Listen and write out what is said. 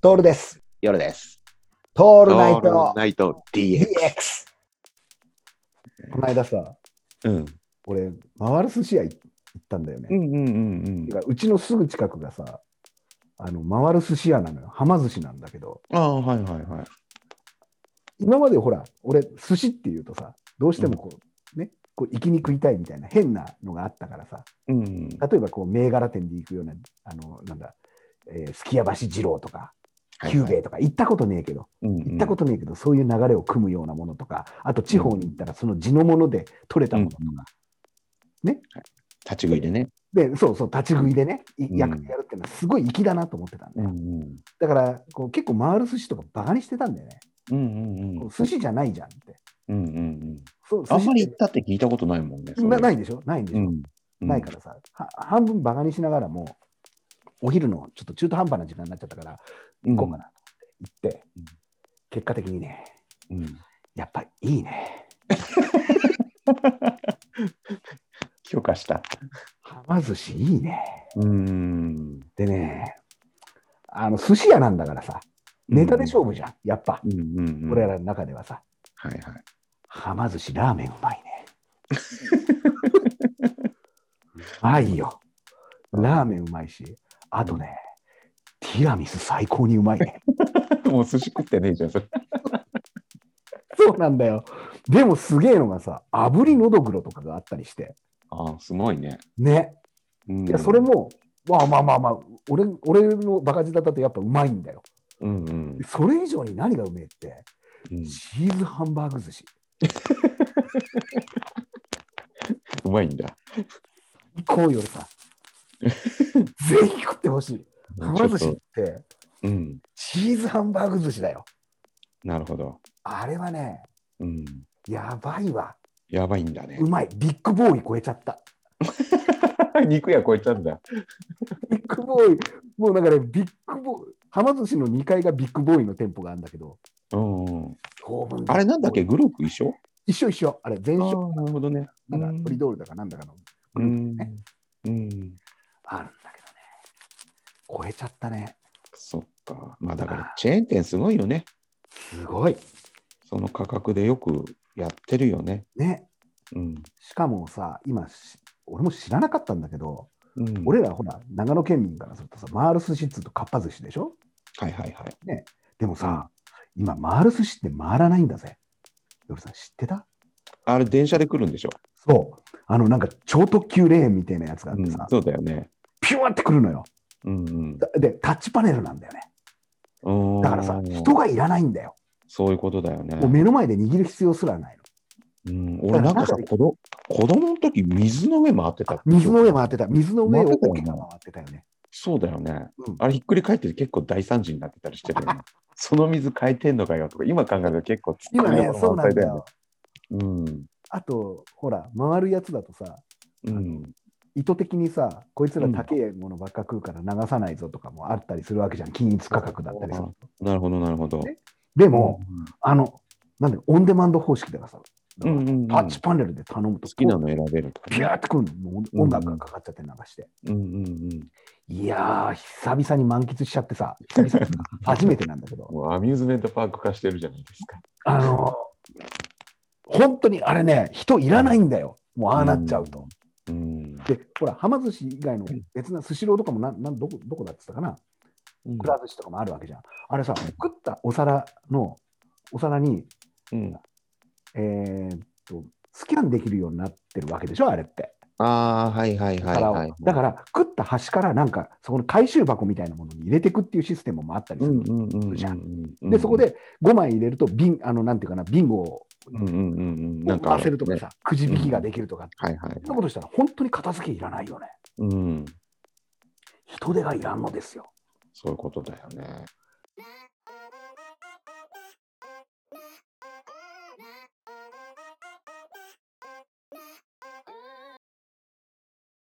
トールです。夜です。トオールナイトナイト DX。DX。この間さ、うん。俺、回る寿司屋行ったんだよね。うんうんうんてかうちのすぐ近くがさ、あの回る寿司屋なのよ。はま寿司なんだけど、うん。ああ、はいはいはい。今までほら、俺、寿司っていうとさ、どうしてもこう、ね、こう、生きに食いたいみたいな変なのがあったからさ、うん。例えばこう、銘柄店で行くような、あの、なんだ、えー、すきや橋二郎とか、久兵衛とか行ったことねえけど、行行ったことねえけど、そういう流れを組むようなものとか、あと地方に行ったらその地のもので取れたものとか、ね立ち食いでね。でそうそう、立ち食いでね、いうんややるっていうのはすごい粋だなと思ってたんだよ。んうん。だからこう、結構回る寿司とかバカにしてたんだよね。うんうんうこんう。寿司じゃないじゃんって。うんうんうん。そうあんまり寿行ったって聞いたことないもんね。。司なないいでしょないんでしうょ、ん。ないからさ、は半分バカにしながらも、お昼のちょっと中途半端な時間になっちゃったから、うん。行こうかなと思って行って、うん結果的にね、うん。やっぱいいね。許可した。はま寿司いいね。うん。でね、あの寿司屋なんだからさ、ネタで勝負じゃん、やっぱ、うんうんうん。俺らの中ではさ、はいはい。はま寿司、ラーメンうまい ね。うまいよ。ラーメンうまいし、あとね、ティラミス最高にうまいね。 もう寿司食ってねえじゃん、それ。 そうなんだよ。でもすげえのがさ、炙りのどぐろとかがあったりして、ああ、すごいね。ね。うんいや、それ。も、まあまあまあまあ、俺俺のバカ舌だとやっぱうまいんだよ。うんうんそれ以上に何がうめえって、うん。チーズハンバーグ寿司。うまいんだ。こうよりさ、 ぜひ食ってほしい。はま寿司って、うん。チーズハンバーグ寿司だよ。なるほど。あれはね、うん。やばいわ。やばいんだね う。まい。ビッグボーイ超えちゃった。肉屋超えちゃうんだ。ビッグボーイ、もうだからビッグボーイ、はま寿司の2階がビッグボーイの店舗があるんだけど、うんうん。当分あれなんだっけグループ一緒一緒一緒。あれ、全勝なるほどね。だから、トリドールだかなんだかのうグループあん。うん。るんだけどね。超えちゃったね。そっか。まあだからチェーン店すごいよね。すごい。その価格でよくやってるよね。ね。うん。しかもさ、今し、俺も知らなかったんだけど、うん俺らほら、長野県民からするとさ、回る寿司っつうとかっぱ寿司でしょはいはいはい。でもさ、今、回る寿司って回らないんだぜ。夜さん、知ってたあれ電車で来るんでしょそう。あの、なんか超特急レーンみたいなやつがあっうてんさ、そうだよね。ピュワってくるのよ。うんだで、タッチパネルなんだよね。うんうん。だからさ、人がいらないんだよ。そういうことだよね。もう目の前で握る必要すらないの。うん、俺なんかさ、子ど子供の時水の上回ってた。水の上回ってた。水の上を回ってたよ桶ねが回ってたよね。そうだよね。うんあれひっくり返って結構大惨事になってたりしてる よね。その水変えてんのかよとか、今考えると結構ツッコ今ミねど、こそろうな満ん載だだよねよ。うん。あと、ほら、回るやつだとさ、うん。意図的にさ、こいつら高えものばっか食うから流さないぞとかもあったりするわけじゃん。均一価格だったりすると。なるほど、なるほど。ねでも、、あの、なんだよ、オンデマンド方式だからさ、うんうんうん、タッチパネルで頼むと、好きなの選べるとか、ピューってくるの、もう音楽がかかっちゃって流して。うんうんうん。いやー、久々に満喫しちゃってさ、久々に初めてなんだけど、もうアミューズメントパーク化してるじゃないですか。あのー、本当にあれね、人いらないんだよ、もうああなっちゃうと。うん。で、ほら、はま寿司以外の別なスシローとかもなんなんどこ、どこだって言ったかな、くら寿司とかもあるわけじゃん。あれさ、食ったお皿の、お皿に、うん、えーっと、スキャンできるようになってるわけでしょ、あれって。ああ、はいはいはい皿をはい。だから食った端からなんかそこの回収箱みたいなものに入れていくっていうシステムもあったりうする、んうんうんうんじゃうん。でそこ、で5枚入れると瓶あのなんていうかなビンゴをうんうんうんうん。なんか、回せるとかさ、。くじ引きができるとか、はいはい。そんなことしたら本当に片付けいらないよねうん。人手がいらんのですよそういうことだよね。